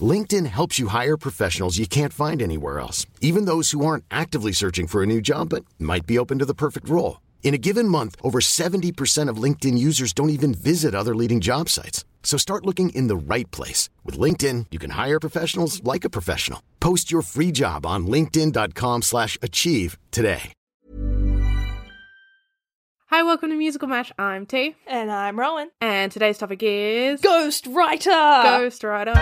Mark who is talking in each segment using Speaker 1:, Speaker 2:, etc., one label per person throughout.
Speaker 1: LinkedIn helps you hire professionals you can't find anywhere else, even those who aren't actively searching for a new job but might be open to the perfect role. In a given month, over 70% of LinkedIn users don't even visit other leading job sites. So start looking in the right place. With LinkedIn, you can hire professionals like a professional. Post your free job on linkedin.com/achieve slash achieve today.
Speaker 2: Hi, welcome to Musical Match. I'm T,
Speaker 3: And I'm Rowan.
Speaker 2: and today's topic is
Speaker 3: Ghost Writer!
Speaker 2: Ghost Rider.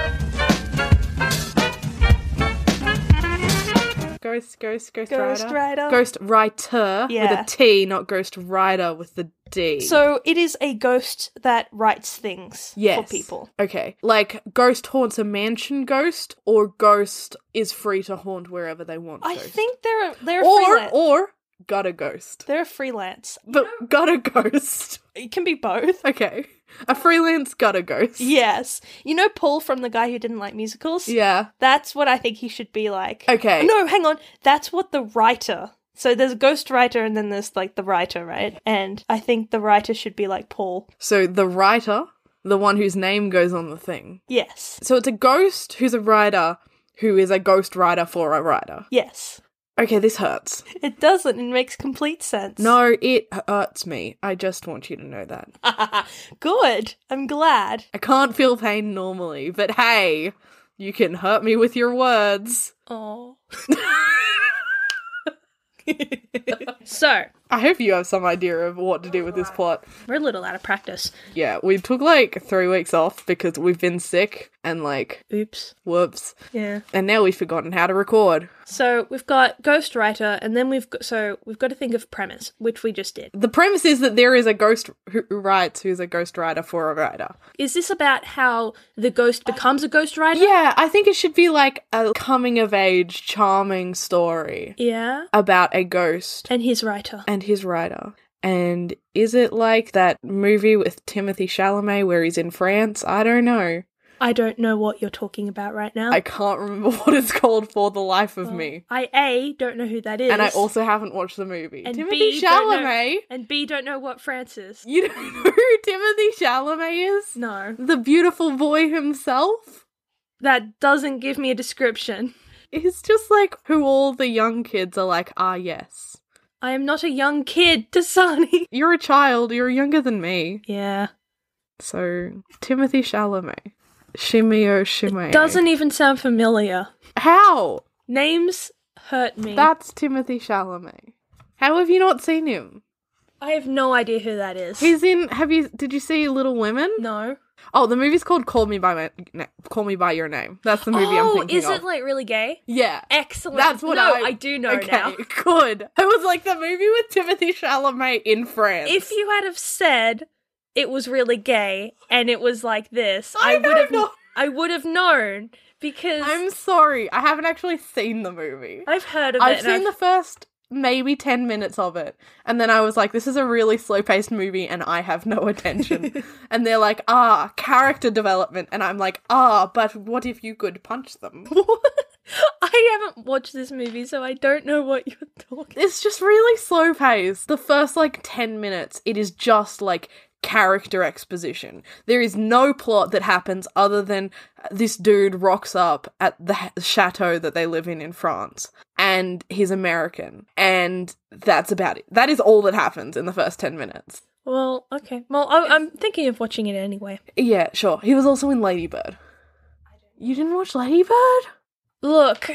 Speaker 2: Ghost, ghost, ghost,
Speaker 3: Ghost
Speaker 2: rider.
Speaker 3: Rider.
Speaker 2: Ghost writer
Speaker 3: Yeah.
Speaker 2: with a T, not ghost rider with the D.
Speaker 3: So it is a ghost that writes things
Speaker 2: yes.
Speaker 3: for people.
Speaker 2: Okay. Like ghost haunts a mansion ghost, or ghost is free to haunt wherever they want.
Speaker 3: I
Speaker 2: ghost.
Speaker 3: think they're they're
Speaker 2: or
Speaker 3: freelance.
Speaker 2: or got a ghost,
Speaker 3: they're a freelance.
Speaker 2: but got a ghost.
Speaker 3: It can be both.
Speaker 2: Okay, a freelance got a ghost.
Speaker 3: Yes. You know Paul from the guy who didn't like musicals?
Speaker 2: Yeah.
Speaker 3: That's what I think he should be like.
Speaker 2: Okay.
Speaker 3: No, hang on. That's what the writer. So there's a ghost writer and then there's like the writer, right? And I think the writer should be like Paul.
Speaker 2: So the writer, the one whose name goes on the thing.
Speaker 3: Yes.
Speaker 2: So it's a ghost who's a writer who is a ghost writer for a writer.
Speaker 3: Yes.
Speaker 2: Okay, this hurts.
Speaker 3: It doesn't. It makes complete sense.
Speaker 2: No, it hurts me. I just want you to know that.
Speaker 3: Good. I'm glad.
Speaker 2: I can't feel pain normally, but hey, you can hurt me with your words.
Speaker 3: Oh. so,
Speaker 2: I hope you have some idea of what to do with this plot.
Speaker 3: we're a little out of practice.
Speaker 2: Yeah, we took like three weeks off because we've been sick and like,
Speaker 3: Oops.
Speaker 2: whoops.
Speaker 3: Yeah.
Speaker 2: And now we've forgotten how to record.
Speaker 3: So, we've got ghostwriter and then we've got so we've got to think of premise, which we just did.
Speaker 2: The premise is that there is a ghost who who writes who's a ghost writer for a writer.
Speaker 3: Is this about how the ghost becomes a ghostwriter?
Speaker 2: Yeah, I think it should be like a coming of age, charming story
Speaker 3: Yeah.
Speaker 2: about a ghost
Speaker 3: And his writer.
Speaker 2: and his writer. And is it like that movie with Timothy Chalamet where he's in France? I don't know.
Speaker 3: I don't know what you're talking about right now.
Speaker 2: I can't remember what it's called for the life of
Speaker 3: Well,
Speaker 2: me.
Speaker 3: I A don't know who that is.
Speaker 2: And I also haven't watched the movie.
Speaker 3: and
Speaker 2: Timothy
Speaker 3: B, don't know-
Speaker 2: Chalamet?
Speaker 3: and B don't know what France is.
Speaker 2: You don't know who Timothy Chalamet is?
Speaker 3: No.
Speaker 2: The beautiful boy himself?
Speaker 3: That doesn't give me a description.
Speaker 2: It's just like who all the young kids are like, ah, yes.
Speaker 3: I am not a young kid, Dasani.
Speaker 2: You're a child, you're younger than me.
Speaker 3: Yeah.
Speaker 2: So, Timothy Chalamet. Shimeo Shimeo.
Speaker 3: Doesn't even sound familiar.
Speaker 2: How?
Speaker 3: Names hurt me.
Speaker 2: That's Timothy Chalamet. How have you not seen him?
Speaker 3: I have no idea who that is.
Speaker 2: He's in. Have you? Did you see Little Women?
Speaker 3: no.
Speaker 2: Oh, the movie's called "Call Me by My Na- Call Me by Your Name." That's the movie I'm
Speaker 3: oh,
Speaker 2: thinking
Speaker 3: is
Speaker 2: of.
Speaker 3: it like really gay?
Speaker 2: yeah,
Speaker 3: Excellent.
Speaker 2: that's what
Speaker 3: no,
Speaker 2: I.
Speaker 3: I, do know
Speaker 2: okay,
Speaker 3: now.
Speaker 2: Good. I was like the movie with Timothy Chalamet in France.
Speaker 3: If you had have said it was really gay and it was like this,
Speaker 2: I
Speaker 3: I,
Speaker 2: don't
Speaker 3: would have
Speaker 2: know.
Speaker 3: I would have known because
Speaker 2: I'm sorry. I haven't actually seen the movie.
Speaker 3: I've heard of
Speaker 2: I've
Speaker 3: it.
Speaker 2: seen
Speaker 3: and
Speaker 2: the first maybe 10 minutes of it. And then I was like, this is a really slow paced movie and I have no attention. and they're like, ah, character development. And I'm like, ah, but what if you could punch them?
Speaker 3: I haven't watched this movie, so I don't know what you're talking.
Speaker 2: it's just really slow paced. The first like 10 minutes, it is just like character exposition. There is no plot that happens other than uh, this dude rocks up at the ha- chateau that they live in in France and he's American. And that's about it. That is all that happens in the first 10 minutes.
Speaker 3: Well, okay. Well, I, I'm thinking of watching it anyway.
Speaker 2: Yeah, sure. He was also in Ladybird. You didn't watch Ladybird?
Speaker 3: Look,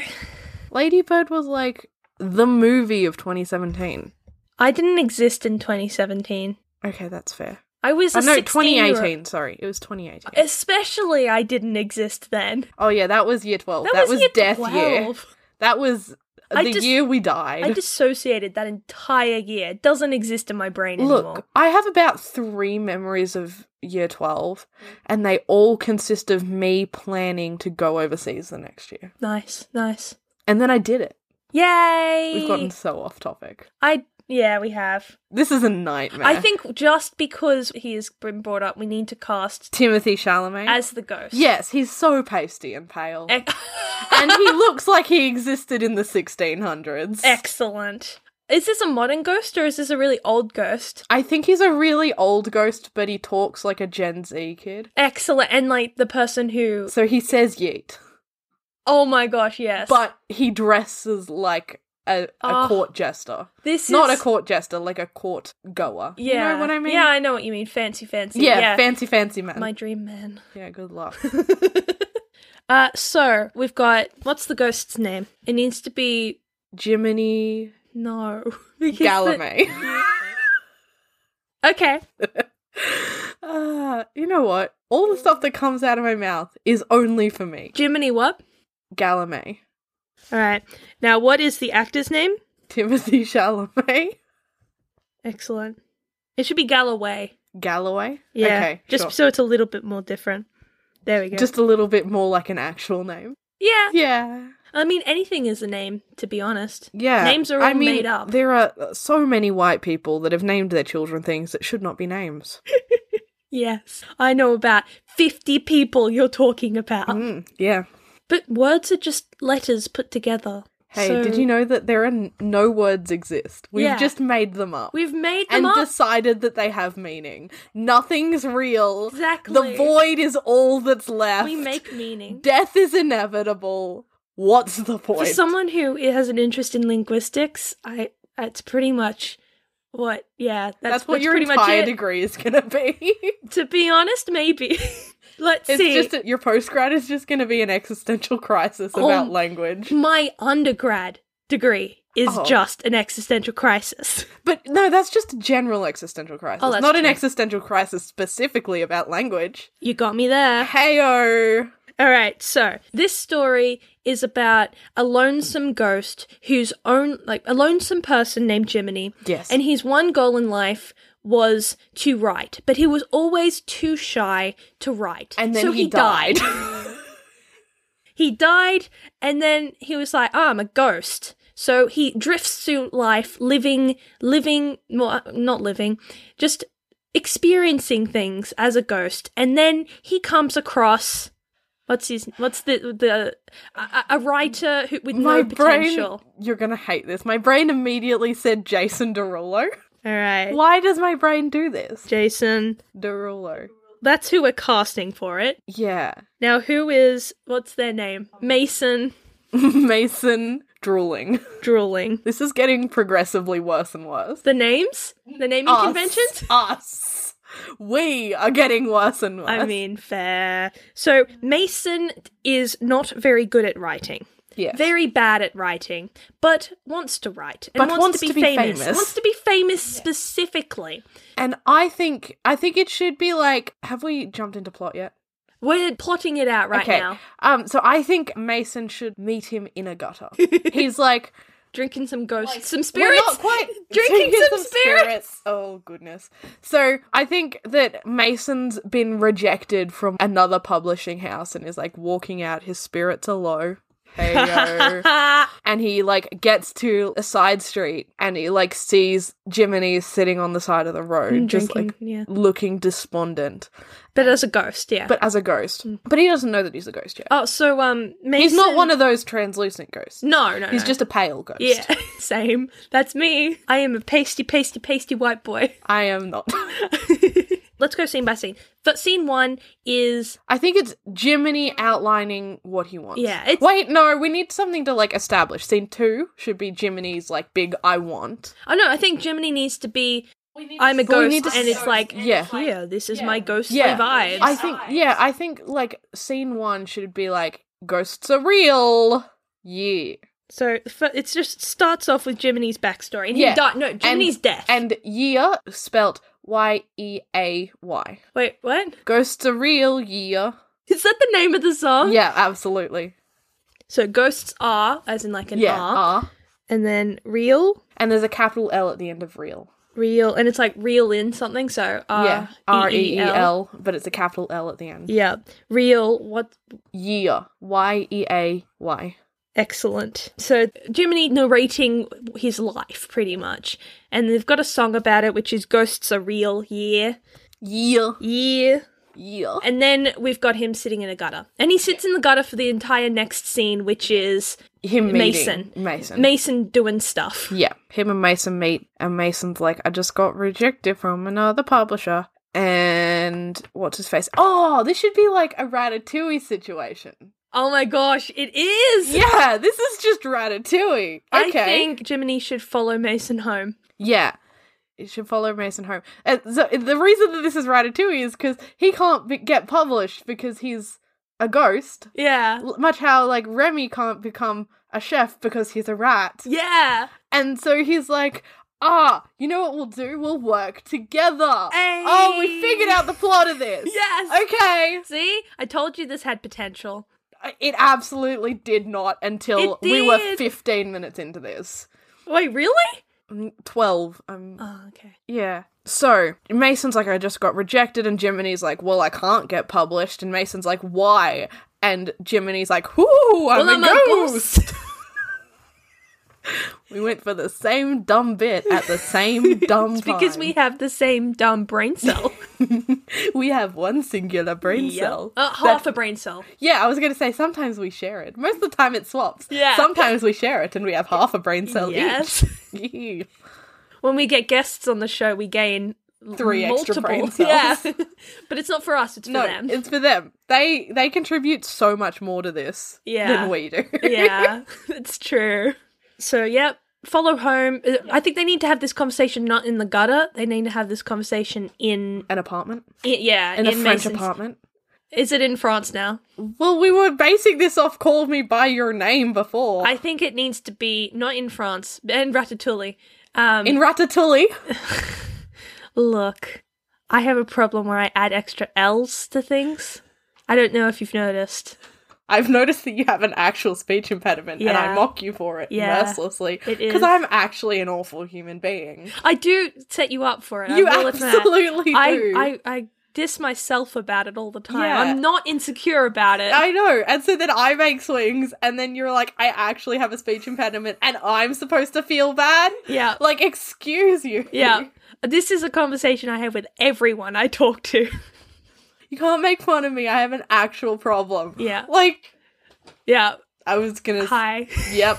Speaker 2: Ladybird was like the movie of 2017.
Speaker 3: I didn't exist in 2017.
Speaker 2: Okay, that's fair.
Speaker 3: I was
Speaker 2: Uh,
Speaker 3: a
Speaker 2: no,
Speaker 3: 16-year-old.
Speaker 2: 2018. Sorry, it was 2018.
Speaker 3: Especially, I didn't exist then.
Speaker 2: oh yeah, that was year 12. That, was,
Speaker 3: year
Speaker 2: death
Speaker 3: 12.
Speaker 2: year. That was
Speaker 3: I
Speaker 2: the
Speaker 3: dis-
Speaker 2: year we died.
Speaker 3: I dissociated that entire year. It doesn't exist in my brain anymore.
Speaker 2: Look, I have about three memories of year 12,
Speaker 3: Mm.
Speaker 2: and they all consist of me planning to go overseas the next year.
Speaker 3: Nice, nice.
Speaker 2: And then I did it.
Speaker 3: Yay!
Speaker 2: We've gotten so off topic.
Speaker 3: I yeah, we have.
Speaker 2: This is a nightmare.
Speaker 3: I think just because he has been brought up, we need to cast
Speaker 2: Timothy Chalamet.
Speaker 3: as the ghost.
Speaker 2: yes, he's so pasty and pale.
Speaker 3: Ex-
Speaker 2: and he looks like he existed in the 1600s.
Speaker 3: Excellent. Is this a modern ghost or is this a really old ghost?
Speaker 2: I think he's a really old ghost, but he talks like a Gen Z kid.
Speaker 3: Excellent. And like the person who
Speaker 2: So he says yeet,
Speaker 3: Oh my gosh, yes.
Speaker 2: but he dresses like a, a
Speaker 3: Oh,
Speaker 2: court jester.
Speaker 3: this
Speaker 2: Not a
Speaker 3: is
Speaker 2: court jester, like a court goer.
Speaker 3: Yeah.
Speaker 2: You know what I mean?
Speaker 3: Yeah, I know what you mean. Fancy fancy.
Speaker 2: Yeah,
Speaker 3: Yeah.
Speaker 2: fancy, fancy man.
Speaker 3: my dream man.
Speaker 2: Yeah, good luck.
Speaker 3: Uh so we've got what's the ghost's name? It needs to be
Speaker 2: Jiminy
Speaker 3: no. because the-
Speaker 2: Gallimay.
Speaker 3: okay.
Speaker 2: Ah, you know what? All the stuff that comes out of my mouth is only for me.
Speaker 3: Jiminy what?
Speaker 2: Gallimay.
Speaker 3: Alright. Now what is the actor's name?
Speaker 2: Timothy Chalamet.
Speaker 3: Excellent. It should be Galloway.
Speaker 2: Galloway?
Speaker 3: Yeah.
Speaker 2: Okay.
Speaker 3: just
Speaker 2: sure.
Speaker 3: so it's a little bit more different. There we go.
Speaker 2: just a little bit more like an actual name.
Speaker 3: yeah.
Speaker 2: Yeah.
Speaker 3: I mean, anything is a name, to be honest.
Speaker 2: Yeah.
Speaker 3: Names are all
Speaker 2: I mean,
Speaker 3: made up.
Speaker 2: There are uh, so many white people that have named their children things that should not be names.
Speaker 3: Yes. I know about 50 people you're talking about.
Speaker 2: Mm, yeah.
Speaker 3: But words are just letters put together.
Speaker 2: Hey, did you know that there are n- no words exist? We've
Speaker 3: Yeah.
Speaker 2: just made them up.
Speaker 3: We've made them
Speaker 2: and
Speaker 3: up.
Speaker 2: decided that they have meaning. Nothing's real. The
Speaker 3: Exactly.
Speaker 2: void is all that's left.
Speaker 3: we make meaning.
Speaker 2: Death is inevitable. What's the
Speaker 3: For
Speaker 2: point?
Speaker 3: someone who has an interest in linguistics, I it's pretty much what, yeah, that's,
Speaker 2: that's, what
Speaker 3: that's
Speaker 2: your
Speaker 3: pretty much
Speaker 2: entire
Speaker 3: it.
Speaker 2: degree is going to be.
Speaker 3: To be honest, maybe. Let's
Speaker 2: it's
Speaker 3: see.
Speaker 2: just that your postgrad is just going to be an existential crisis about
Speaker 3: Oh.
Speaker 2: language.
Speaker 3: My undergrad degree is
Speaker 2: Oh.
Speaker 3: just an existential crisis.
Speaker 2: But no, that's just a general existential crisis.
Speaker 3: Oh, that's
Speaker 2: Not an
Speaker 3: true.
Speaker 2: existential crisis specifically about language.
Speaker 3: You got me there.
Speaker 2: Heyo.
Speaker 3: All right, so this story is about a lonesome ghost whose own, like, a lonesome person named Jiminy.
Speaker 2: Yes.
Speaker 3: And his one goal in life was to write, but he was always too shy to write.
Speaker 2: And then
Speaker 3: so
Speaker 2: he
Speaker 3: he died, and then he was like, "Ah, I'm a ghost." So he drifts through life, living, living, well, not living, just experiencing things as a ghost, and then he comes across what's his, what's the the a, a writer who, with
Speaker 2: My
Speaker 3: no potential.
Speaker 2: brain. You're going to hate this. My brain immediately said Jason Derulo.
Speaker 3: All right,
Speaker 2: Why does my brain do this?
Speaker 3: Jason,
Speaker 2: Derulo.
Speaker 3: that's who we're casting for it.
Speaker 2: Yeah.
Speaker 3: Now, who is what's their name? Mason
Speaker 2: Mason drooling.
Speaker 3: drooling.
Speaker 2: This is getting progressively worse and worse.
Speaker 3: The names, the naming
Speaker 2: Us.
Speaker 3: conventions.
Speaker 2: Us. We are getting worse and worse.
Speaker 3: I mean, fair. So, Mason is not very good at writing.
Speaker 2: yes.
Speaker 3: Very bad at writing, but wants to write and
Speaker 2: But
Speaker 3: wants,
Speaker 2: wants
Speaker 3: to be,
Speaker 2: to be
Speaker 3: famous.
Speaker 2: famous.
Speaker 3: Wants to be famous specifically.
Speaker 2: And I think I think it should be like have we jumped into plot yet?
Speaker 3: We're plotting it out right
Speaker 2: okay.
Speaker 3: now.
Speaker 2: Um so I think Mason should meet him in a gutter. He's like
Speaker 3: Drinking some ghosts, some
Speaker 2: we're
Speaker 3: spirits.
Speaker 2: not quite
Speaker 3: drinking
Speaker 2: Here's
Speaker 3: some, spirits.
Speaker 2: Oh goodness. So I think that Mason's been rejected from another publishing house and is like walking out his spirits are low. Hey yo. and he like gets to a side street and he like sees Jiminy sitting on the side of the road
Speaker 3: Mm,
Speaker 2: just
Speaker 3: drinking,
Speaker 2: like
Speaker 3: yeah.
Speaker 2: looking despondent
Speaker 3: but as a ghost, yeah.
Speaker 2: but as a ghost
Speaker 3: Mm.
Speaker 2: but he doesn't know that he's a ghost yet
Speaker 3: oh, so um, Mason.
Speaker 2: he's not one of those translucent ghosts
Speaker 3: No, no,
Speaker 2: he's
Speaker 3: no.
Speaker 2: just a pale ghost
Speaker 3: Yeah, same. That's me. I am a pasty, pasty, pasty white boy.
Speaker 2: I am not
Speaker 3: Let's go scene by scene. But scene one is
Speaker 2: I think it's Jiminy outlining what he wants
Speaker 3: Yeah, it's-
Speaker 2: wait no we need something to like establish scene 2 should be Jiminy's like big I want
Speaker 3: oh no, I think Jiminy needs to be. I'm a
Speaker 2: But we
Speaker 3: ghost,
Speaker 2: need to
Speaker 3: and it's
Speaker 2: s-
Speaker 3: like
Speaker 2: yeah.
Speaker 3: here, this is my ghostly
Speaker 2: yeah
Speaker 3: vibes.
Speaker 2: I think yeah I think like scene 1 should be like ghosts are real yeah
Speaker 3: so the fir- it's just starts off with Jiminy's backstory, and he
Speaker 2: Yeah.
Speaker 3: died. No, Jiminy's
Speaker 2: and,
Speaker 3: death.
Speaker 2: And year spelt Y E A Y.
Speaker 3: wait, what?
Speaker 2: Ghosts are real year.
Speaker 3: Is that the name of the song?
Speaker 2: Yeah, absolutely.
Speaker 3: So ghosts are, as in like an
Speaker 2: yeah.
Speaker 3: R,
Speaker 2: R.
Speaker 3: and then real,
Speaker 2: And there's a capital L at the end of real.
Speaker 3: real, and it's like real in something. So R,
Speaker 2: yeah. R E E L, but it's a capital L at the end.
Speaker 3: Yeah, real. What
Speaker 2: Year. Y E A Y.
Speaker 3: Excellent. So Jiminy narrating his life pretty much. And they've got a song about it which is Ghosts Are Real, yeah.
Speaker 2: Yeah.
Speaker 3: Yeah.
Speaker 2: Yeah.
Speaker 3: And then we've got him sitting in a gutter. And he sits in the gutter for the entire next scene which is
Speaker 2: Him meeting
Speaker 3: Mason.
Speaker 2: Mason.
Speaker 3: Mason doing stuff.
Speaker 2: Yeah, him and Mason meet, and Mason's like, I just got rejected from another publisher. And what's his face? Oh, this should be like a Ratatouille situation.
Speaker 3: Oh my gosh, it is.
Speaker 2: Yeah, this is just Ratatouille. Okay.
Speaker 3: I think Jiminy should follow Mason home.
Speaker 2: Yeah. It should follow Mason home. And so the reason that this is Ratatouille is because he can't be- get published because he's a ghost.
Speaker 3: Yeah.
Speaker 2: L- Much how, like, Remy can't become a chef because he's a rat.
Speaker 3: Yeah.
Speaker 2: And so he's like, ah, you know what we'll do? We'll work together. Oh, we
Speaker 3: Ayy.
Speaker 2: figured out the plot of this.
Speaker 3: Yes.
Speaker 2: Okay.
Speaker 3: See? I told you this had potential.
Speaker 2: It absolutely did not until
Speaker 3: It
Speaker 2: we were
Speaker 3: did.
Speaker 2: 15 minutes into this.
Speaker 3: Wait, really?
Speaker 2: Mm, 12. Um,
Speaker 3: Oh, okay.
Speaker 2: yeah. So Mason's like, I just got rejected. And Jiminy's like, well, I can't get published. And Mason's like, why? And Jiminy's like, whoo, I'm,
Speaker 3: Well, I'm
Speaker 2: a,
Speaker 3: a
Speaker 2: ghost. We went for the same dumb bit at the same dumb
Speaker 3: It's because
Speaker 2: time.
Speaker 3: we have the same dumb brain cell.
Speaker 2: we have one singular brain cell.
Speaker 3: Uh, half a brain cell.
Speaker 2: Yeah, I was going to say sometimes we share it. Most of the time it swaps.
Speaker 3: Yeah.
Speaker 2: Sometimes we share it and we have half a brain cell
Speaker 3: Yes.
Speaker 2: each.
Speaker 3: When we get guests on the show, we gain l-
Speaker 2: Three extra
Speaker 3: multiple.
Speaker 2: brain
Speaker 3: Yeah.
Speaker 2: cells.
Speaker 3: but it's not for us, it's for
Speaker 2: no,
Speaker 3: them.
Speaker 2: it's for them. They they contribute so much more to this
Speaker 3: Yeah.
Speaker 2: than we do.
Speaker 3: yeah, it's true. So, yep. Follow home. Uh, I think they need to have this conversation not in the gutter. They need to have this conversation in,
Speaker 2: An apartment
Speaker 3: i- yeah,
Speaker 2: in, a French
Speaker 3: Uh, Mason's-
Speaker 2: apartment.
Speaker 3: Is it in France now?
Speaker 2: Well, we were basing this off "Call Me by Your Name" before
Speaker 3: I think it needs to be not in France and Ratatouille. Um,
Speaker 2: in Ratatouille.
Speaker 3: Look, I have a problem where I add extra L's to things. I don't know if you've noticed.
Speaker 2: I've noticed that you have an actual speech impediment, and I
Speaker 3: Yeah.
Speaker 2: mock you for it
Speaker 3: Yeah.
Speaker 2: mercilessly
Speaker 3: It
Speaker 2: because
Speaker 3: is.
Speaker 2: I'm actually an awful human being.
Speaker 3: I do set you up for it.
Speaker 2: You
Speaker 3: I will admit.
Speaker 2: absolutely
Speaker 3: I,
Speaker 2: do.
Speaker 3: I, I diss myself about it all the time.
Speaker 2: Yeah.
Speaker 3: I'm not insecure about it.
Speaker 2: I know. And so then I make swings, and then you're like, I actually have a speech impediment, and I'm supposed to feel bad?
Speaker 3: Yeah.
Speaker 2: Like, excuse you.
Speaker 3: yeah. This is a conversation I have with everyone I talk to.
Speaker 2: You can't make fun of me. I have an actual problem.
Speaker 3: Yeah.
Speaker 2: Like,
Speaker 3: yeah.
Speaker 2: I was gonna.
Speaker 3: Hi.
Speaker 2: Yep.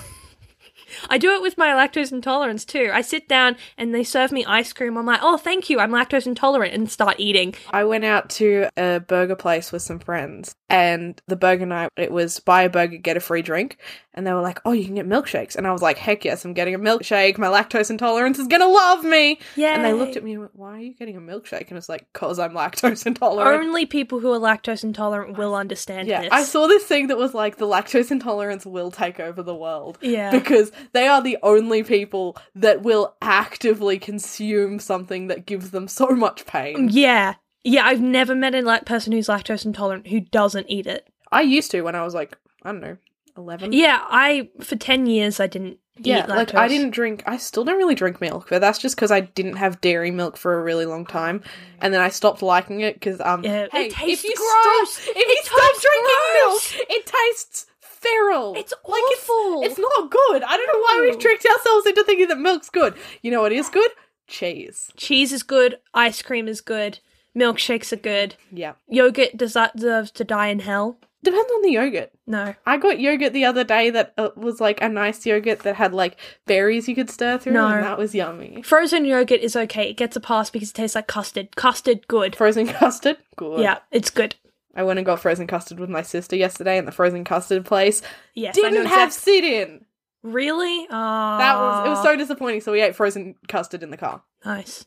Speaker 3: I do it with my lactose intolerance too. I sit down and they serve me ice cream. I'm like, oh, thank you. I'm lactose intolerant and start eating.
Speaker 2: I went out to a burger place with some friends, and the burger night it was buy a burger, get a free drink, and they were like, "Oh, you can get milkshakes," and I was like, "Heck yes, I'm getting a milkshake. My lactose intolerance is gonna love me." And they
Speaker 3: Yay.
Speaker 2: looked at me and went, "Why are you getting a milkshake?" And I was like, "Cause I'm lactose intolerant."
Speaker 3: Only people who are lactose intolerant will understand
Speaker 2: yeah,
Speaker 3: this.
Speaker 2: I saw this thing that was like the lactose intolerance will take over the world.
Speaker 3: Yeah.
Speaker 2: Because they are the only people that will actively consume something that gives them so much pain.
Speaker 3: Mm, Yeah. Yeah, I've never met a like person who's lactose intolerant who doesn't eat it.
Speaker 2: I used to when I was like, I don't know, 11.
Speaker 3: Yeah, I for 10 years I didn't
Speaker 2: Yeah,
Speaker 3: eat lactose.
Speaker 2: like I didn't drink. I still don't really drink milk, but that's just because I didn't have dairy milk for a really long time, and then I stopped liking it because um.
Speaker 3: Mm. Yeah, it tastes gross.
Speaker 2: Stop, if
Speaker 3: It
Speaker 2: you stop
Speaker 3: tastes
Speaker 2: drinking
Speaker 3: gross.
Speaker 2: milk, it tastes feral.
Speaker 3: It's
Speaker 2: Like,
Speaker 3: awful.
Speaker 2: It's, it's not good. I don't know why we've tricked ourselves into thinking that milk's good. You know what is good? Cheese.
Speaker 3: Cheese is good, ice cream is good, milkshakes are good.
Speaker 2: Yeah.
Speaker 3: Yogurt desi- deserves to die in hell.
Speaker 2: Depends on the yogurt.
Speaker 3: No.
Speaker 2: I got yogurt the other day that uh, was like a nice yogurt that had like berries you could stir through,
Speaker 3: No.
Speaker 2: and that was yummy.
Speaker 3: Frozen yogurt is okay. It gets a pass because it tastes like custard. Custard good.
Speaker 2: Frozen custard, good.
Speaker 3: Yeah, it's good.
Speaker 2: I went and got frozen custard with my sister yesterday in the frozen custard place.
Speaker 3: Yes, I know
Speaker 2: Didn't have
Speaker 3: exact-
Speaker 2: sit in.
Speaker 3: Really? Ah.
Speaker 2: That was it was so disappointing. So we ate frozen custard in the car.
Speaker 3: nice.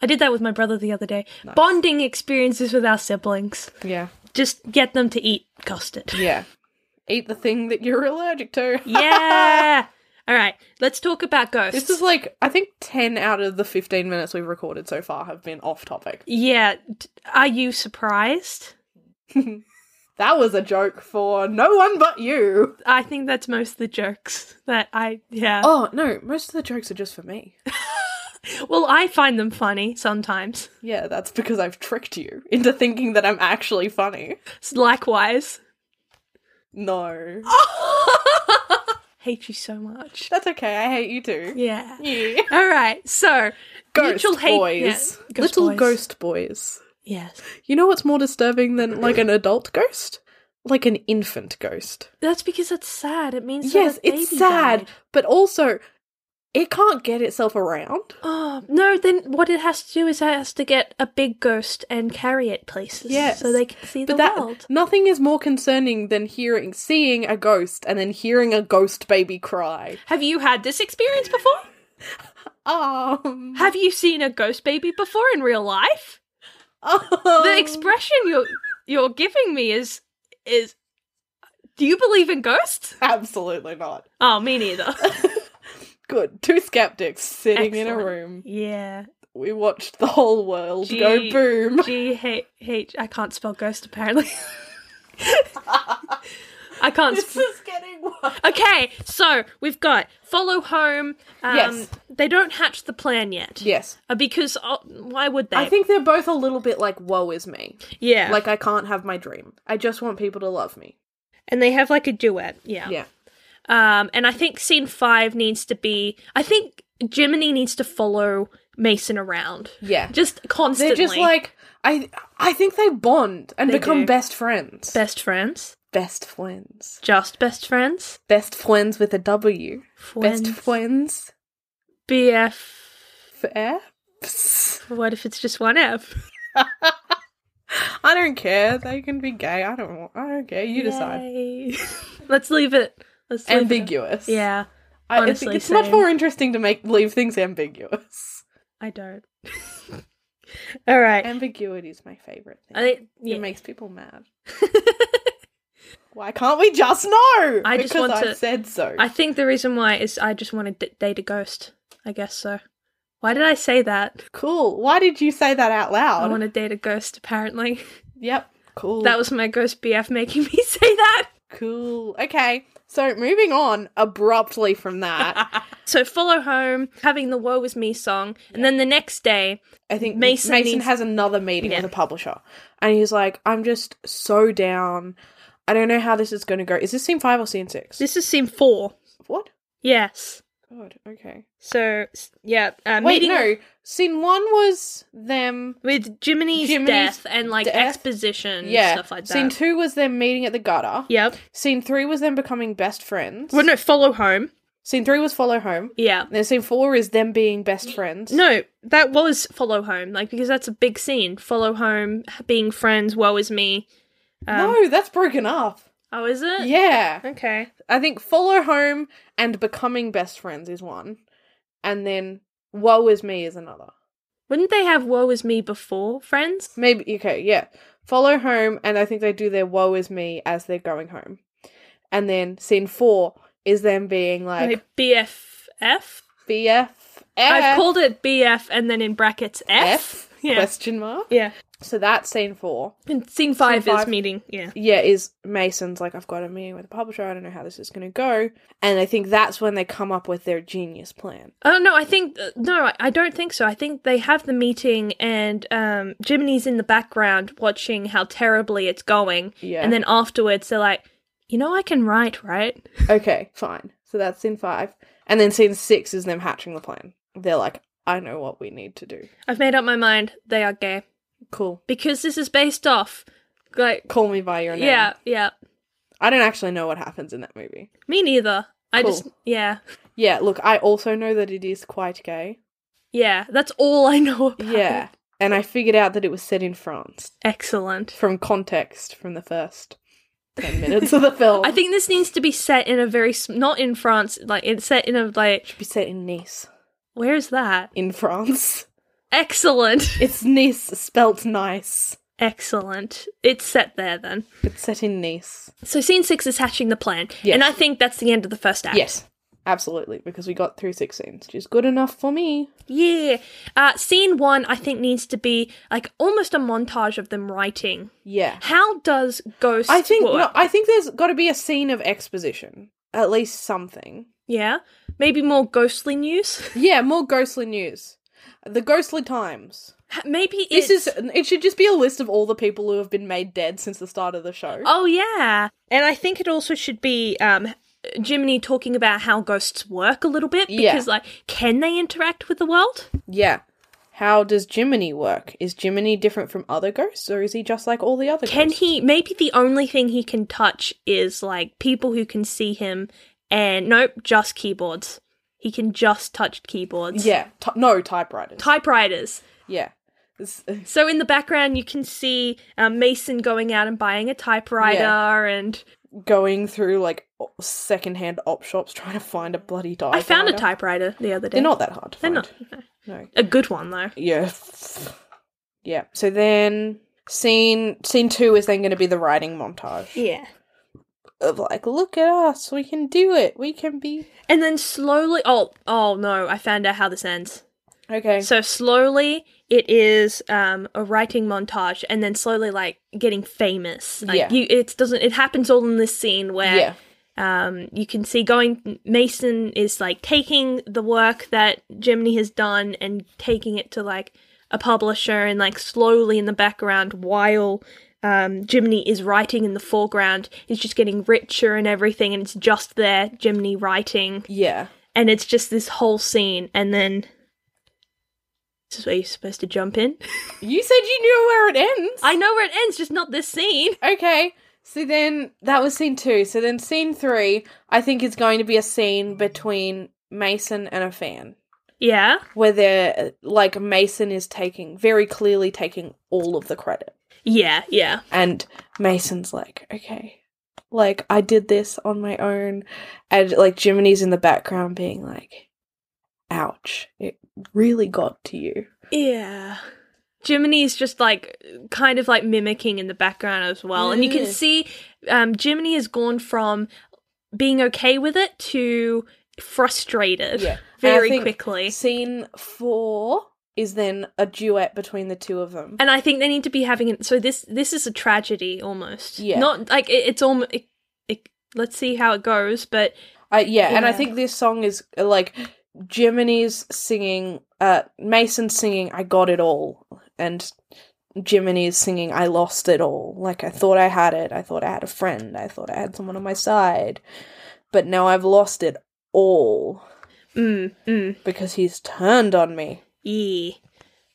Speaker 3: I did that with my brother the other day. Bonding experiences with our siblings.
Speaker 2: Yeah,
Speaker 3: Just get them to eat custard.
Speaker 2: yeah. Eat the thing that you're allergic to.
Speaker 3: Yeah. All right. Let's talk about ghosts.
Speaker 2: This is like I think ten out of the fifteen minutes we've recorded so far have been off topic.
Speaker 3: yeah. d- Are you surprised?
Speaker 2: That was a joke for no one but you.
Speaker 3: I think that's most of the jokes that I. Yeah.
Speaker 2: Oh no, most of the jokes are just for me. Oh.
Speaker 3: Well, I find them funny sometimes.
Speaker 2: Yeah, that's because I've tricked you into thinking that I'm actually funny. Oh.
Speaker 3: Likewise.
Speaker 2: No.
Speaker 3: hate you so much.
Speaker 2: That's okay. I hate you too.
Speaker 3: Yeah.
Speaker 2: Yeah.
Speaker 3: All right. So
Speaker 2: Ghost
Speaker 3: mutual hate.
Speaker 2: boys.
Speaker 3: yeah,
Speaker 2: Little
Speaker 3: boys.
Speaker 2: ghost boys.
Speaker 3: Yes.
Speaker 2: You know what's more disturbing than like an adult ghost? Like an infant ghost.
Speaker 3: That's because that's sad. It means that
Speaker 2: yes,
Speaker 3: that
Speaker 2: it's
Speaker 3: baby
Speaker 2: sad,
Speaker 3: died.
Speaker 2: but also it can't get itself around.
Speaker 3: Oh no! Then what it has to do is it has to get a big ghost and carry it places,
Speaker 2: Yes.
Speaker 3: so they can see
Speaker 2: But
Speaker 3: the
Speaker 2: that
Speaker 3: world.
Speaker 2: nothing is more concerning than hearing seeing a ghost and then hearing a ghost baby cry.
Speaker 3: Have you had this experience before?
Speaker 2: Um
Speaker 3: Have you seen a ghost baby before in real life? The expression you're you're giving me is is. Do you believe in ghosts?
Speaker 2: Absolutely not.
Speaker 3: Oh, me neither.
Speaker 2: Good. Two skeptics sitting in a
Speaker 3: Excellent.
Speaker 2: room.
Speaker 3: yeah.
Speaker 2: We watched the whole world go
Speaker 3: Gee.
Speaker 2: boom.
Speaker 3: G H H. I can't spell ghost apparently. I can't. Sp-
Speaker 2: is getting worse.
Speaker 3: okay, so we've got follow home. Um,
Speaker 2: Yes.
Speaker 3: They don't hatch the plan yet.
Speaker 2: Yes.
Speaker 3: Uh, because uh, why would they?
Speaker 2: I think they're both a little bit like, woe is me.
Speaker 3: Yeah.
Speaker 2: Like, I can't have my dream. I just want people to love me.
Speaker 3: and they have like a duet. Yeah.
Speaker 2: Yeah.
Speaker 3: Um, and I think scene five needs to be. I think Jiminy needs to follow Mason around.
Speaker 2: Yeah.
Speaker 3: Just
Speaker 2: They're
Speaker 3: constantly.
Speaker 2: just like, I I think they bond and
Speaker 3: They
Speaker 2: become
Speaker 3: do.
Speaker 2: best friends.
Speaker 3: best friends.
Speaker 2: best friends.
Speaker 3: Just best friends.
Speaker 2: Best friends with a W. Best
Speaker 3: Friends.
Speaker 2: friends.
Speaker 3: BF.
Speaker 2: Fs.
Speaker 3: What if it's just one F?
Speaker 2: I don't care. They can be gay. I don't. want- I don't care. You decide.
Speaker 3: Yay. Let's leave it. Let's leave
Speaker 2: Ambiguous.
Speaker 3: It. Yeah,
Speaker 2: I, I think
Speaker 3: honestly,
Speaker 2: it's much
Speaker 3: same.
Speaker 2: more interesting to make leave things ambiguous.
Speaker 3: I don't. All right.
Speaker 2: Ambiguity is my favorite thing.
Speaker 3: I- yeah.
Speaker 2: It makes people mad. Why can't we just know?
Speaker 3: I just
Speaker 2: because
Speaker 3: want
Speaker 2: I
Speaker 3: to-
Speaker 2: said so.
Speaker 3: I think the reason why is I just wanted to date a ghost. I guess so. Why did I say that?
Speaker 2: Cool. Why did you say that out
Speaker 3: I
Speaker 2: loud?
Speaker 3: want to date a ghost. Apparently,
Speaker 2: Yep. Cool.
Speaker 3: that was my ghost BF making me say that.
Speaker 2: cool. Okay. So moving on abruptly from that,
Speaker 3: So follow home, having the "Woe Is Me" song, and then the next day,
Speaker 2: I think Mason,
Speaker 3: Mason
Speaker 2: Mason
Speaker 3: needs-
Speaker 2: has another meeting
Speaker 3: Yeah.
Speaker 2: with a publisher, and he's like, "I'm just so down. I don't know how this is going to go. Is this scene five or scene six?
Speaker 3: this is scene four.
Speaker 2: what?
Speaker 3: Yes.
Speaker 2: God. Okay.
Speaker 3: So s- yeah, uh,
Speaker 2: Wait,
Speaker 3: meeting
Speaker 2: no. Scene one was them
Speaker 3: with Jiminy's,
Speaker 2: Jiminy's
Speaker 3: death and like
Speaker 2: death.
Speaker 3: exposition, and stuff like that.
Speaker 2: Scene two was them meeting at the gutter.
Speaker 3: Yep.
Speaker 2: Scene three was them becoming best friends.
Speaker 3: Well, no, follow home.
Speaker 2: Scene three was follow home.
Speaker 3: Yeah.
Speaker 2: And then scene four is them being best friends.
Speaker 3: No, that was follow home, like because that's a big scene. Follow home, being friends, woe is me. Um,
Speaker 2: no, that's broken up.
Speaker 3: Oh, is it?
Speaker 2: Um, Yeah,
Speaker 3: Okay.
Speaker 2: I think follow home and becoming best friends is one, and then woe is me is another.
Speaker 3: Wouldn't they have woe is me before friends?
Speaker 2: Maybe okay, yeah. Follow home, and I think they do their woe is me as they're going home, and then scene four is them being like
Speaker 3: Like BFF.
Speaker 2: BF.
Speaker 3: I've called it BF and then in brackets F.
Speaker 2: F
Speaker 3: Yeah.
Speaker 2: question mark.
Speaker 3: Yeah.
Speaker 2: So that's scene four.
Speaker 3: And scene five,
Speaker 2: five.
Speaker 3: is meeting. Yeah.
Speaker 2: Yeah, is Mason's like, I've got a meeting with a publisher, I don't know how this is gonna go. And I think that's when they come up with their genius plan.
Speaker 3: Oh no, I think uh, no, I, I don't think so. I think they have the meeting and um Jiminy's in the background watching how terribly it's going.
Speaker 2: Yeah.
Speaker 3: And then afterwards they're like, "You know I can write, right?"
Speaker 2: Okay, fine. So that's scene five. And then scene six is them hatching the plan. They're like, I know what we need to do.
Speaker 3: I've made up my mind. They are gay
Speaker 2: Cool.
Speaker 3: because this is based off like
Speaker 2: Call me by your name.
Speaker 3: yeah, yeah.
Speaker 2: I don't actually know what happens in that movie.
Speaker 3: Me neither. I
Speaker 2: Cool.
Speaker 3: just yeah.
Speaker 2: Yeah, look, I also know that it is quite gay.
Speaker 3: Yeah, that's all I know about.
Speaker 2: Yeah.
Speaker 3: it.
Speaker 2: And I figured out that it was set in France
Speaker 3: Excellent.
Speaker 2: from context from the first 10 minutes of the film.
Speaker 3: I think this needs to be set in a very s- not in France, like it's set in a like
Speaker 2: should be set in Nice,
Speaker 3: where is that?
Speaker 2: in France.
Speaker 3: Excellent.
Speaker 2: It's Nice, spelt nice.
Speaker 3: Excellent. It's set there then.
Speaker 2: It's set in Nice.
Speaker 3: So scene 6 is hatching the plan.
Speaker 2: Yes.
Speaker 3: And I think that's the end of the first act.
Speaker 2: Yes, absolutely, because we got through six scenes, which is good enough for me.
Speaker 3: Yeah. Uh, scene 1 I think needs to be like almost a montage of them writing.
Speaker 2: Yeah,
Speaker 3: How does Ghost
Speaker 2: I think
Speaker 3: work?
Speaker 2: no, I think there's got to be a scene of exposition, at least something.
Speaker 3: Yeah. Maybe more ghostly news.
Speaker 2: Yeah, more ghostly news, the ghostly times.
Speaker 3: Ha- Maybe
Speaker 2: This
Speaker 3: it's...
Speaker 2: is it should just be a list of all the people who have been made dead since the start of the show.
Speaker 3: Oh yeah. And I think it also should be um Jiminy talking about how ghosts work a little bit
Speaker 2: Yeah.
Speaker 3: because, like, can they interact with the world?
Speaker 2: Yeah. How does Jiminy work? Is Jiminy different from other ghosts, or is he just like all the other
Speaker 3: Can
Speaker 2: ghosts?
Speaker 3: he? Maybe the only thing he can touch is like people who can see him, and nope, just keyboards. He can just touch keyboards.
Speaker 2: Yeah. T- no, typewriters.
Speaker 3: typewriters.
Speaker 2: yeah. It's-
Speaker 3: So in the background, you can see um, Mason going out and buying a typewriter,
Speaker 2: Yeah.
Speaker 3: and
Speaker 2: Going through like o- secondhand op shops trying to find a bloody typewriter.
Speaker 3: I found a typewriter the other day.
Speaker 2: They're not that hard to
Speaker 3: They're
Speaker 2: find.
Speaker 3: not no.
Speaker 2: No.
Speaker 3: a good one though.
Speaker 2: Yeah. Yeah. So then scene scene two is then going to be the writing montage
Speaker 3: Yeah.
Speaker 2: of like, look at us, we can do it, we can be
Speaker 3: And then slowly, oh, oh no! I found out how this ends.
Speaker 2: okay.
Speaker 3: So slowly, it is um, a writing montage, and then slowly, like getting famous. Like,
Speaker 2: Yeah.
Speaker 3: You, it doesn't. It happens all in this scene where
Speaker 2: yeah.
Speaker 3: um, you can see going mason is like taking the work that gemini has done and taking it to like a publisher and like slowly in the background while um, Jiminy is writing in the foreground. He's just getting richer and everything, and it's just there, Jiminy writing.
Speaker 2: Yeah.
Speaker 3: And it's just this whole scene. And then. This is where you're supposed to jump in.
Speaker 2: You said you knew where it ends.
Speaker 3: I know where it ends, just not this scene.
Speaker 2: Okay. So then that was scene two. So then scene three, I think is going to be a scene between Mason and a fan.
Speaker 3: Yeah.
Speaker 2: Where they're like Mason is taking very clearly taking all of the credit.
Speaker 3: Yeah, yeah.
Speaker 2: And Mason's like, okay, like I did this on my own. And like Jiminy's in the background being like, ouch, it really got to you.
Speaker 3: Yeah. Jiminy's just like kind of like mimicking in the background as well. And you can
Speaker 2: Mm.
Speaker 3: see um, Jiminy has gone from being okay with it to frustrated
Speaker 2: Yeah. And I
Speaker 3: very
Speaker 2: think
Speaker 3: quickly.
Speaker 2: Scene four is then a duet between the two of them.
Speaker 3: And I think they need to be having it. So this this is a tragedy almost.
Speaker 2: Yeah.
Speaker 3: Not like it, it's almost. It, it, let's see how it goes. But
Speaker 2: Uh, yeah, and I
Speaker 3: Yeah.
Speaker 2: think this song is uh, like Jiminy's singing, uh, Mason singing "I Got It All," and Jiminy's singing "I Lost It All." Like I thought I had it, I thought I had a friend, I thought I had someone on my side, but now I've lost it all
Speaker 3: mm, mm,
Speaker 2: because he's turned on me.
Speaker 3: yeah. E.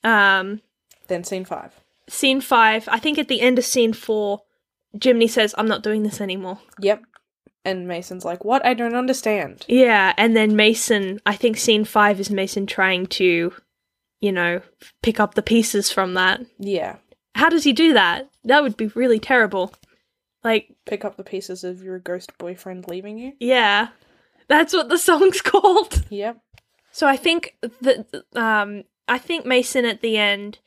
Speaker 3: Um.
Speaker 2: Then scene five.
Speaker 3: Scene five. I think at the end of scene four, Jiminy says, "I'm not doing this anymore."
Speaker 2: Yep. And Mason's like, "What? I don't understand."
Speaker 3: Yeah, and then Mason, I think scene five is Mason trying to, you know, pick up the pieces from that.
Speaker 2: Yeah.
Speaker 3: How does he do that? That would be really terrible. Like,
Speaker 2: Pick up the pieces of your ghost boyfriend leaving you.
Speaker 3: yeah, that's what the song's called.
Speaker 2: Yep.
Speaker 3: So I think that, um, I think Mason at the end.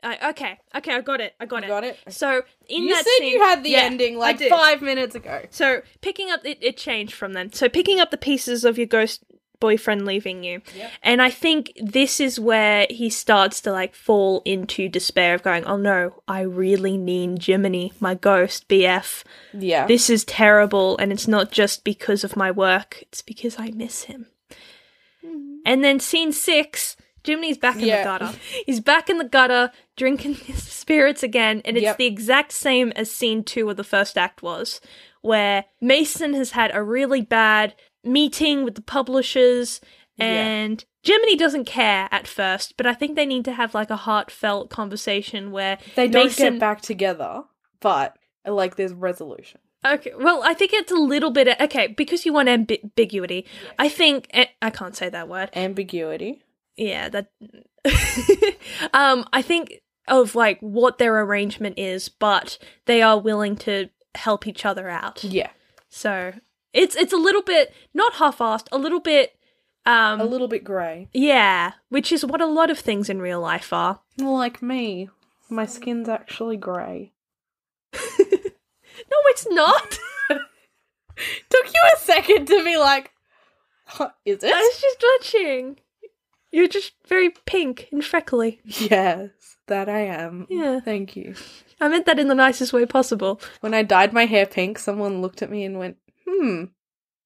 Speaker 3: I okay, okay, I got it, I got
Speaker 2: You
Speaker 3: it.
Speaker 2: got it?
Speaker 3: So in
Speaker 2: you
Speaker 3: that
Speaker 2: said
Speaker 3: scene,
Speaker 2: you had the
Speaker 3: Yeah,
Speaker 2: ending
Speaker 3: I
Speaker 2: like
Speaker 3: did.
Speaker 2: five minutes ago.
Speaker 3: So picking up it, it changed from then. So picking up the pieces of your ghost boyfriend leaving you. And I think this is where he starts to like fall into despair of going, Oh no, I really need Jiminy, my ghost, BF.
Speaker 2: Yeah.
Speaker 3: This is terrible and it's not just because of my work, it's because I miss him. And then scene six, Jiminy's back in
Speaker 2: Mm-hmm. Yeah.
Speaker 3: the gutter. He's back in the gutter, drinking his spirits again, and it's
Speaker 2: Yep.
Speaker 3: the exact same as scene two of the first act was, where Mason has had a really bad meeting with the publishers and Jiminy doesn't care at first, but I think they need to have like a heartfelt conversation where
Speaker 2: they don't
Speaker 3: Mason
Speaker 2: get back together, but like there's resolution.
Speaker 3: Okay, well, I think it's a little bit okay because you want ambi- ambiguity. I think eh, I can't say that word.
Speaker 2: Ambiguity.
Speaker 3: Yeah, that. um, I think of like what their arrangement is, but they are willing to help each other out.
Speaker 2: Yeah.
Speaker 3: So it's it's a little bit not half-assed, a little bit. Um,
Speaker 2: A little bit grey.
Speaker 3: yeah, which is what a lot of things in real life are.
Speaker 2: Like me. My skin's actually grey.
Speaker 3: No, it's not.
Speaker 2: Took you a second to be like, huh, is
Speaker 3: I was
Speaker 2: it?
Speaker 3: just watching. You're just very pink and freckly.
Speaker 2: yes, that I am.
Speaker 3: Yeah.
Speaker 2: Thank you.
Speaker 3: I meant that in the nicest way possible.
Speaker 2: When I dyed my hair pink, someone looked at me and went, hmm,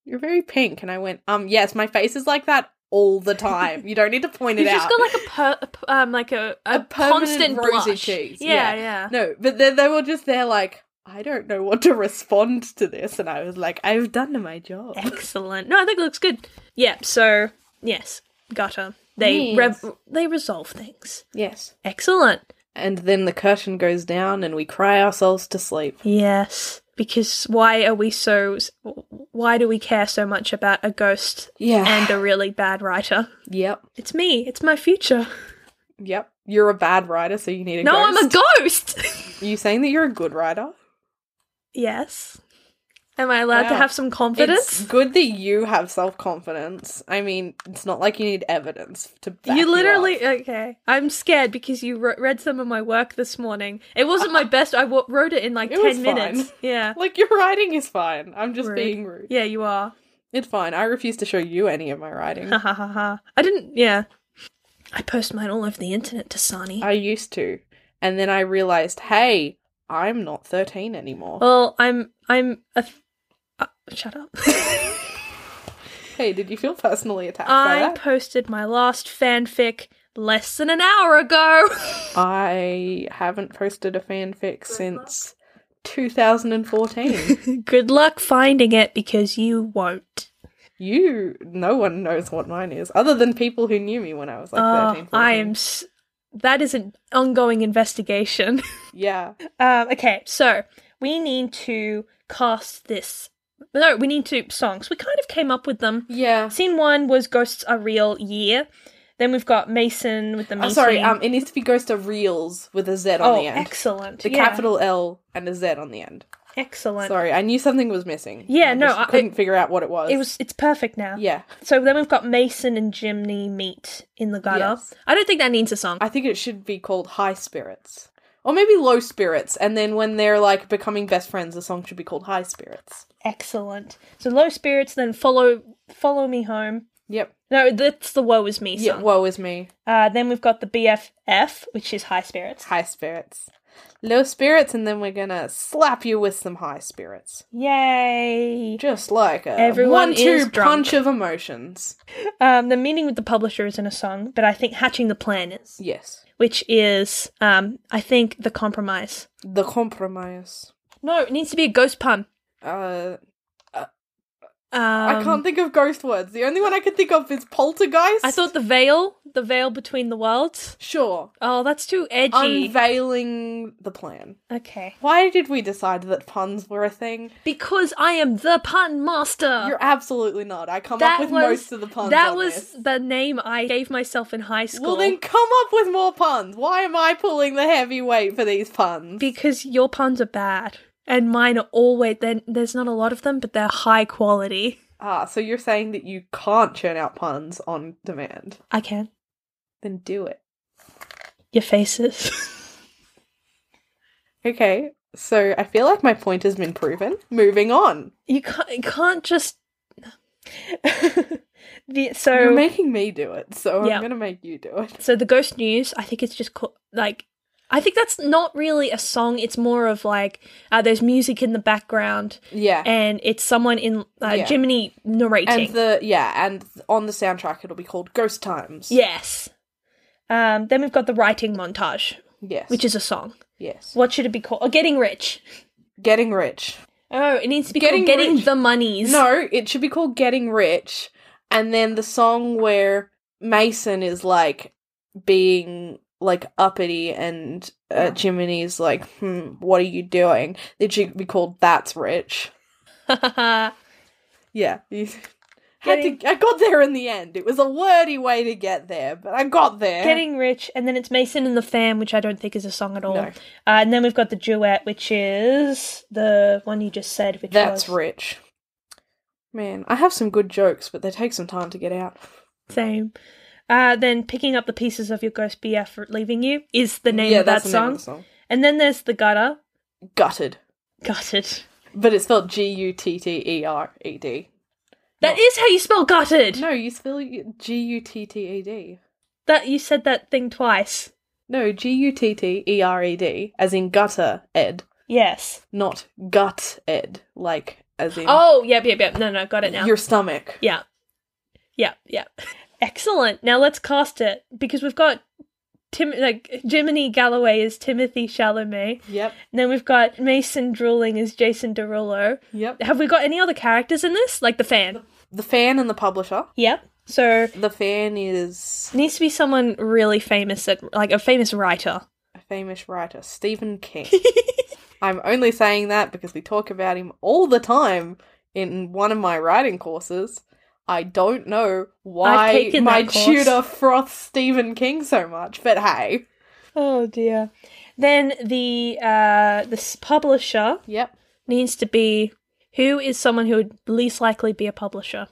Speaker 2: you're very pink. And I went, um, yes, my face is like that all the time. You don't need to point it
Speaker 3: You've
Speaker 2: out.
Speaker 3: just got like a per- a p- um like a, a,
Speaker 2: a permanent
Speaker 3: constant
Speaker 2: rosy
Speaker 3: blush.
Speaker 2: cheeks.
Speaker 3: Yeah, yeah.
Speaker 2: No, but they, they were just there like, I don't know what to respond to this. And I was like, I've done my job.
Speaker 3: Excellent. No, I think it looks good. Yeah, so yes, gutter. They
Speaker 2: Yes.
Speaker 3: rev- they resolve things.
Speaker 2: Yes.
Speaker 3: Excellent.
Speaker 2: And then the curtain goes down and we cry ourselves to sleep.
Speaker 3: Yes, because why are we so why do we care so much about a ghost
Speaker 2: Yeah.
Speaker 3: and a really bad writer?
Speaker 2: yep.
Speaker 3: It's me. It's my future.
Speaker 2: Yep. You're a bad writer, so you need a
Speaker 3: No,
Speaker 2: ghost.
Speaker 3: I'm a ghost.
Speaker 2: Are you saying that you're a good writer?
Speaker 3: yes. Am I allowed to
Speaker 2: Wow.
Speaker 3: have some confidence?
Speaker 2: It's good that you have self confidence. I mean, it's not like you need evidence to. Back
Speaker 3: you literally uh,
Speaker 2: up.
Speaker 3: okay. I'm scared because you wrote, read some of my work this morning. It wasn't my best. I w- wrote it in like
Speaker 2: It was
Speaker 3: ten minutes.
Speaker 2: fine.
Speaker 3: Yeah,
Speaker 2: like your writing is fine. I'm just
Speaker 3: Rude.
Speaker 2: being rude.
Speaker 3: yeah, you are.
Speaker 2: It's fine. I refuse to show you any of my writing.
Speaker 3: Ha ha ha ha. I didn't. Yeah, I post mine all over the internet to Sani.
Speaker 2: I used to, and then I realized, hey, I'm not 13 anymore.
Speaker 3: well, I'm I'm a. Th- uh, shut up.
Speaker 2: hey, did you feel personally attacked by
Speaker 3: I
Speaker 2: that?
Speaker 3: posted my last fanfic less than an hour ago.
Speaker 2: I haven't posted a fanfic since 2014.
Speaker 3: Good luck finding it because you won't.
Speaker 2: you, no one knows what mine is, other than people who knew me when I was like 13.
Speaker 3: Oh,
Speaker 2: 14.
Speaker 3: I am. S- that is an ongoing investigation.
Speaker 2: Yeah.
Speaker 3: Um, okay, so we need to cast this. No, we need to songs. We kind of came up with them.
Speaker 2: Yeah.
Speaker 3: Scene one was "Ghosts Are Real." Year. Then we've got Mason with the.
Speaker 2: I'm
Speaker 3: Meeting.
Speaker 2: sorry, um, it needs to be Ghost of Reels with a Z on
Speaker 3: oh,
Speaker 2: the end.
Speaker 3: excellent.
Speaker 2: The
Speaker 3: yeah,
Speaker 2: capital L and a Z on the end.
Speaker 3: Excellent.
Speaker 2: Sorry, I knew something was missing.
Speaker 3: Yeah,
Speaker 2: I
Speaker 3: no,
Speaker 2: just
Speaker 3: I-
Speaker 2: couldn't figure out what it was.
Speaker 3: It was. It's perfect now.
Speaker 2: Yeah.
Speaker 3: So then we've got Mason and Jimmy meet in the gutter.
Speaker 2: Yes.
Speaker 3: I don't think that needs a song.
Speaker 2: I think it should be called High Spirits. Or maybe Low Spirits, and then when they're like becoming best friends, the song should be called High Spirits.
Speaker 3: Excellent. So low spirits. Then follow. Follow me home.
Speaker 2: Yep.
Speaker 3: No, that's the woe is me
Speaker 2: Yeah,
Speaker 3: song.
Speaker 2: woe is me.
Speaker 3: uh, then we've got the BFF, which is high spirits.
Speaker 2: High Spirits. Low Spirits, and then we're gonna slap you with some High Spirits.
Speaker 3: Yay!
Speaker 2: Just like a
Speaker 3: Everyone is
Speaker 2: one-two
Speaker 3: drunk.
Speaker 2: punch of emotions.
Speaker 3: Um, the meeting with the publisher is in a song, but I think hatching the plan is,
Speaker 2: Yes.
Speaker 3: which is, um, I think, the compromise.
Speaker 2: The compromise.
Speaker 3: No, it needs to be a ghost pun.
Speaker 2: Uh,
Speaker 3: Um,
Speaker 2: I can't think of ghost words. The only one I can think of is poltergeist.
Speaker 3: I thought the veil, the veil between the worlds.
Speaker 2: sure,
Speaker 3: Oh, that's too edgy.
Speaker 2: unveiling the plan.
Speaker 3: okay,
Speaker 2: Why did we decide that puns were a thing?
Speaker 3: because I am the pun master.
Speaker 2: You're absolutely not. I come
Speaker 3: Uh, that
Speaker 2: up with
Speaker 3: was
Speaker 2: most of the puns.
Speaker 3: that
Speaker 2: on
Speaker 3: was
Speaker 2: this.
Speaker 3: the name I gave myself in high school.
Speaker 2: Well, then come up with more puns. Why am I pulling the heavy weight for these puns?
Speaker 3: because your puns are bad and mine are always. Then there's not a lot of them, but they're high quality.
Speaker 2: ah, so you're saying that you can't churn out puns on demand?
Speaker 3: I can.
Speaker 2: Then do it.
Speaker 3: Your faces.
Speaker 2: Okay. So I feel like my point has been proven. Moving on.
Speaker 3: You can't, you can't just. the, so,
Speaker 2: You're making me do it, so
Speaker 3: Yeah.
Speaker 2: I'm gonna make you do it.
Speaker 3: so the ghost news. I think it's just called like. I think that's not really a song. It's more of like uh, there's music in the background,
Speaker 2: Yeah.
Speaker 3: and it's someone in uh,
Speaker 2: Yeah.
Speaker 3: Jiminy narrating.
Speaker 2: And the yeah, and on the soundtrack it'll be called Ghost Times.
Speaker 3: yes. Um, then we've got the writing montage,
Speaker 2: Yes.
Speaker 3: which is a song.
Speaker 2: yes.
Speaker 3: What should it be called? Oh, getting rich.
Speaker 2: Getting rich.
Speaker 3: Oh, it needs to be
Speaker 2: Getting
Speaker 3: called getting
Speaker 2: Rich.
Speaker 3: the monies.
Speaker 2: No, it should be called Getting Rich, and then the song where Mason is like being like uppity and uh, Jiminy's like, hmm, what are you doing? It should be called That's Rich. Yeah. You- Had
Speaker 3: Getting-
Speaker 2: to, I got there in the end. It was a wordy way to get there, but I got there.
Speaker 3: Getting Rich, and then it's Mason and the Fam, which I don't think is a song at all.
Speaker 2: No.
Speaker 3: Uh, and then we've got the duet, which is the one you just said, which
Speaker 2: That's
Speaker 3: was
Speaker 2: rich. Man, I have some good jokes, but they take some time to get out.
Speaker 3: same. Uh, then picking up the pieces of your ghost BF for leaving you is the name of that
Speaker 2: the
Speaker 3: song.
Speaker 2: name of the
Speaker 3: And then there's the gutter.
Speaker 2: song. Gutted.
Speaker 3: Gutted.
Speaker 2: But it's spelled G U T T E R E D.
Speaker 3: That is how you spell gutted.
Speaker 2: No, you spell G U T T E D.
Speaker 3: That you said that thing twice.
Speaker 2: No, G U T T E R E D, as in gutter ed,
Speaker 3: Yes.
Speaker 2: not gut ed, like as in
Speaker 3: Oh, yep, yep, yep. No, no, got it now.
Speaker 2: your stomach.
Speaker 3: Yeah. Yeah, yeah. Excellent. Now let's cast it because we've got Tim like Jiminy Galloway is Timothy Chalamet.
Speaker 2: Yep.
Speaker 3: And then we've got Mason Drooling is Jason Derulo.
Speaker 2: Yep.
Speaker 3: Have we got any other characters in this? Like the fan.
Speaker 2: The fan and the publisher.
Speaker 3: Yep. So
Speaker 2: The fan is
Speaker 3: needs to be someone really famous that like a famous writer.
Speaker 2: a famous writer, Stephen King. I'm only saying that because we talk about him all the time in one of my writing courses. I don't know why
Speaker 3: taken
Speaker 2: my
Speaker 3: that course.
Speaker 2: tutor froths Stephen King so much, but hey.
Speaker 3: Oh dear. Then the uh this publisher
Speaker 2: Yep.
Speaker 3: needs to be who is someone who would least likely be a publisher?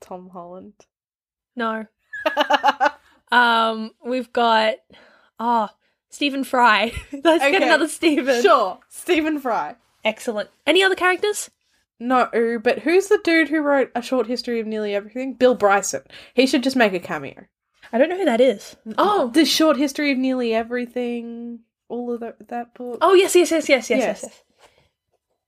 Speaker 2: Tom Holland.
Speaker 3: No. Um we've got ah Stephen Fry. Let's get
Speaker 2: Okay.
Speaker 3: another Stephen.
Speaker 2: sure, Stephen Fry.
Speaker 3: Excellent. Any other characters?
Speaker 2: No, but who's the dude who wrote A Short History of Nearly Everything? Bill Bryson. He should just make a cameo.
Speaker 3: I don't know who that is. Oh.
Speaker 2: The Short History of Nearly Everything, all of that, that book.
Speaker 3: Oh yes, yes, yes, yes, yes, yes,
Speaker 2: Yes.
Speaker 3: yes.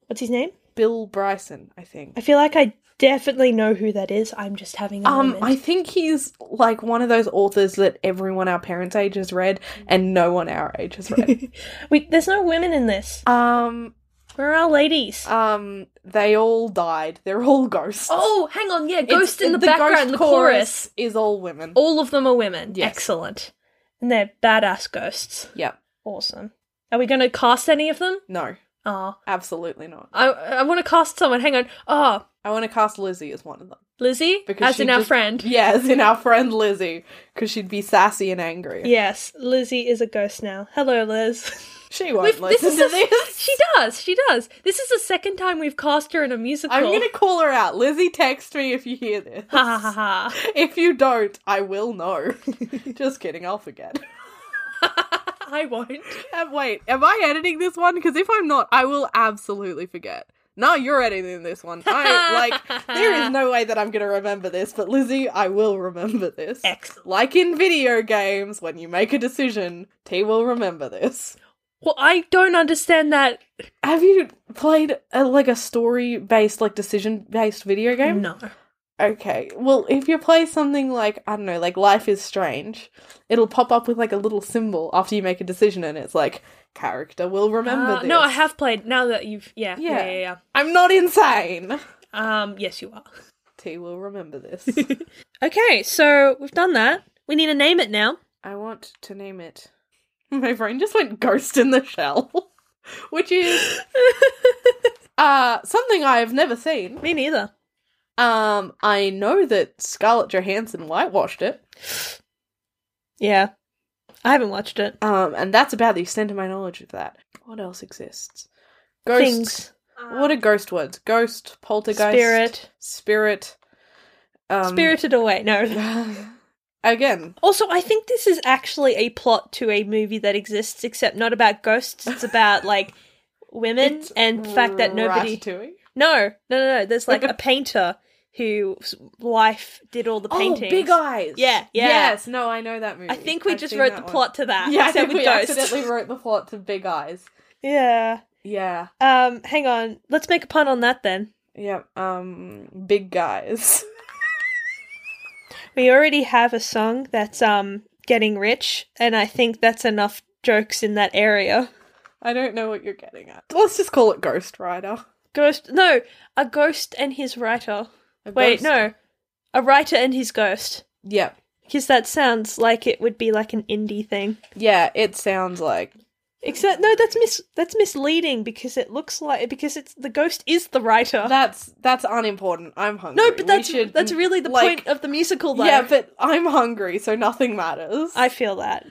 Speaker 3: What's his name?
Speaker 2: Bill Bryson, I think.
Speaker 3: I feel like I definitely know who that is. I'm just having a
Speaker 2: Um,
Speaker 3: moment.
Speaker 2: I think he's like one of those authors that everyone our parents' age has read and no one our age has read.
Speaker 3: Wait, there's no women in this.
Speaker 2: um,
Speaker 3: Where are our ladies?
Speaker 2: um, they all died. They're all ghosts.
Speaker 3: oh, hang on. Yeah,
Speaker 2: It's-
Speaker 3: ghost in the,
Speaker 2: ghost
Speaker 3: background, the chorus.
Speaker 2: is all women.
Speaker 3: All of them are women.
Speaker 2: Yes.
Speaker 3: Excellent. And they're badass ghosts.
Speaker 2: yep.
Speaker 3: Awesome. Are we going to cast any of them?
Speaker 2: No,
Speaker 3: Oh,
Speaker 2: absolutely not.
Speaker 3: I I want to cast someone. Hang on. Oh,
Speaker 2: I want to cast Lizzie as one of them.
Speaker 3: Lizzie,
Speaker 2: Because
Speaker 3: as
Speaker 2: she
Speaker 3: in our
Speaker 2: just-
Speaker 3: friend.
Speaker 2: Yeah, as in our friend Lizzie, because she'd be sassy and angry.
Speaker 3: Yes, Lizzie is a ghost now. Hello, Liz.
Speaker 2: She won't
Speaker 3: We've-
Speaker 2: listen
Speaker 3: is
Speaker 2: to
Speaker 3: the-
Speaker 2: this.
Speaker 3: She does. She does. This is the second time we've cast her in a musical.
Speaker 2: I'm gonna call her out. Lizzie, text me if you hear this.
Speaker 3: Ha ha ha ha.
Speaker 2: if you don't, I will know. Just kidding, I'll forget.
Speaker 3: I won't.
Speaker 2: Uh, wait, am I editing this one? Because if I'm not, I will absolutely forget. No, you're editing this one. I like there is no way that I'm gonna remember this, but Lizzie, I will remember this.
Speaker 3: Excellent.
Speaker 2: Like in video games, when you make a decision, T will remember this.
Speaker 3: Well, I don't understand that.
Speaker 2: Have you played a, like a story based, like decision based video game?
Speaker 3: No.
Speaker 2: Okay. Well, if you play something like, I don't know, like Life is Strange, it'll pop up with like a little symbol after you make a decision and it's like, character will remember
Speaker 3: Uh,
Speaker 2: this.
Speaker 3: no, I have played. Now that you've, yeah, yeah,
Speaker 2: Yeah.
Speaker 3: yeah, yeah.
Speaker 2: I'm not insane.
Speaker 3: Um, yes, you are.
Speaker 2: T will remember this.
Speaker 3: Okay, so we've done that. We need to name it now.
Speaker 2: I want to name it. My brain just went ghost in the shell, which is uh, something I have never seen.
Speaker 3: Me neither.
Speaker 2: Um, I know that Scarlett Johansson whitewashed it.
Speaker 3: Yeah, I haven't watched it.
Speaker 2: Um, and that's about the extent of my knowledge of that. What else exists? Ghosts.
Speaker 3: Things.
Speaker 2: What are ghost words? Ghost, poltergeist,
Speaker 3: Spirit.
Speaker 2: spirit, um,
Speaker 3: Spirited Away. No.
Speaker 2: Again,
Speaker 3: Also, I think this is actually a plot to a movie that exists, except not about ghosts. It's about like women
Speaker 2: It's
Speaker 3: and the fact that nobody.
Speaker 2: Ratatouille.
Speaker 3: No, no, no, no. There's like a painter whose wife did all the paintings.
Speaker 2: Oh, big eyes.
Speaker 3: Yeah, yeah.
Speaker 2: Yes, no, I know that movie.
Speaker 3: I think we
Speaker 2: I've
Speaker 3: just
Speaker 2: seen
Speaker 3: wrote
Speaker 2: that
Speaker 3: the
Speaker 2: one.
Speaker 3: plot to that.
Speaker 2: Yeah, I
Speaker 3: except
Speaker 2: think
Speaker 3: with
Speaker 2: we
Speaker 3: ghosts.
Speaker 2: accidentally wrote the plot to Big Eyes.
Speaker 3: Yeah.
Speaker 2: Yeah,
Speaker 3: Um, hang on. Let's make a pun on that then.
Speaker 2: yeah. Um, big guys.
Speaker 3: We already have a song that's um getting rich, and I think that's enough jokes in that area.
Speaker 2: I don't know what you're getting at. Let's just call it Ghost Rider.
Speaker 3: Ghost no, a ghost and his writer.
Speaker 2: A
Speaker 3: Wait,
Speaker 2: ghost-
Speaker 3: no. A writer and his ghost.
Speaker 2: Yeah,
Speaker 3: Because that sounds like it would be like an indie thing.
Speaker 2: yeah. It sounds like
Speaker 3: Except no, that's mis that's misleading because it looks like because it's the ghost is the writer.
Speaker 2: that's that's unimportant. I'm hungry.
Speaker 3: Oh. no, but
Speaker 2: We
Speaker 3: that's
Speaker 2: should,
Speaker 3: that's really the
Speaker 2: like-
Speaker 3: point of the musical though.
Speaker 2: Yeah, but I'm hungry, so nothing matters.
Speaker 3: I feel that.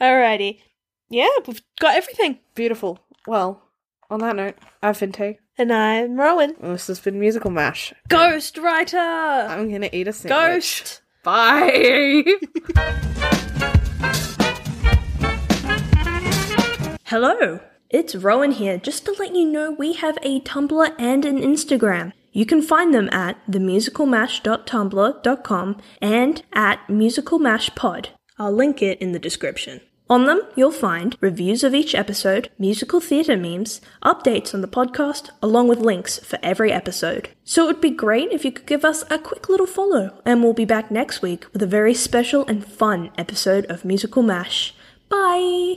Speaker 3: Alrighty. Yeah, we've got everything.
Speaker 2: Beautiful. Well, on that note, I've been Tay.
Speaker 3: And I'm Rowan.
Speaker 2: and This has been Musical Mash.
Speaker 3: Ghost writer.
Speaker 2: I'm gonna eat a sandwich.
Speaker 3: Ghost.
Speaker 2: Bye.
Speaker 3: Hello, it's Rowan here. Just to let you know, we have a Tumblr and an Instagram. You can find them at themusicalmash.tumblr.com and at musicalmashpod. I'll link it in the description. On them, you'll find reviews of each episode, musical theatre memes, updates on the podcast, along with links for every episode. So it would be great if you could give us a quick little follow, and we'll be back next week with a very special and fun episode of Musical Mash. Bye!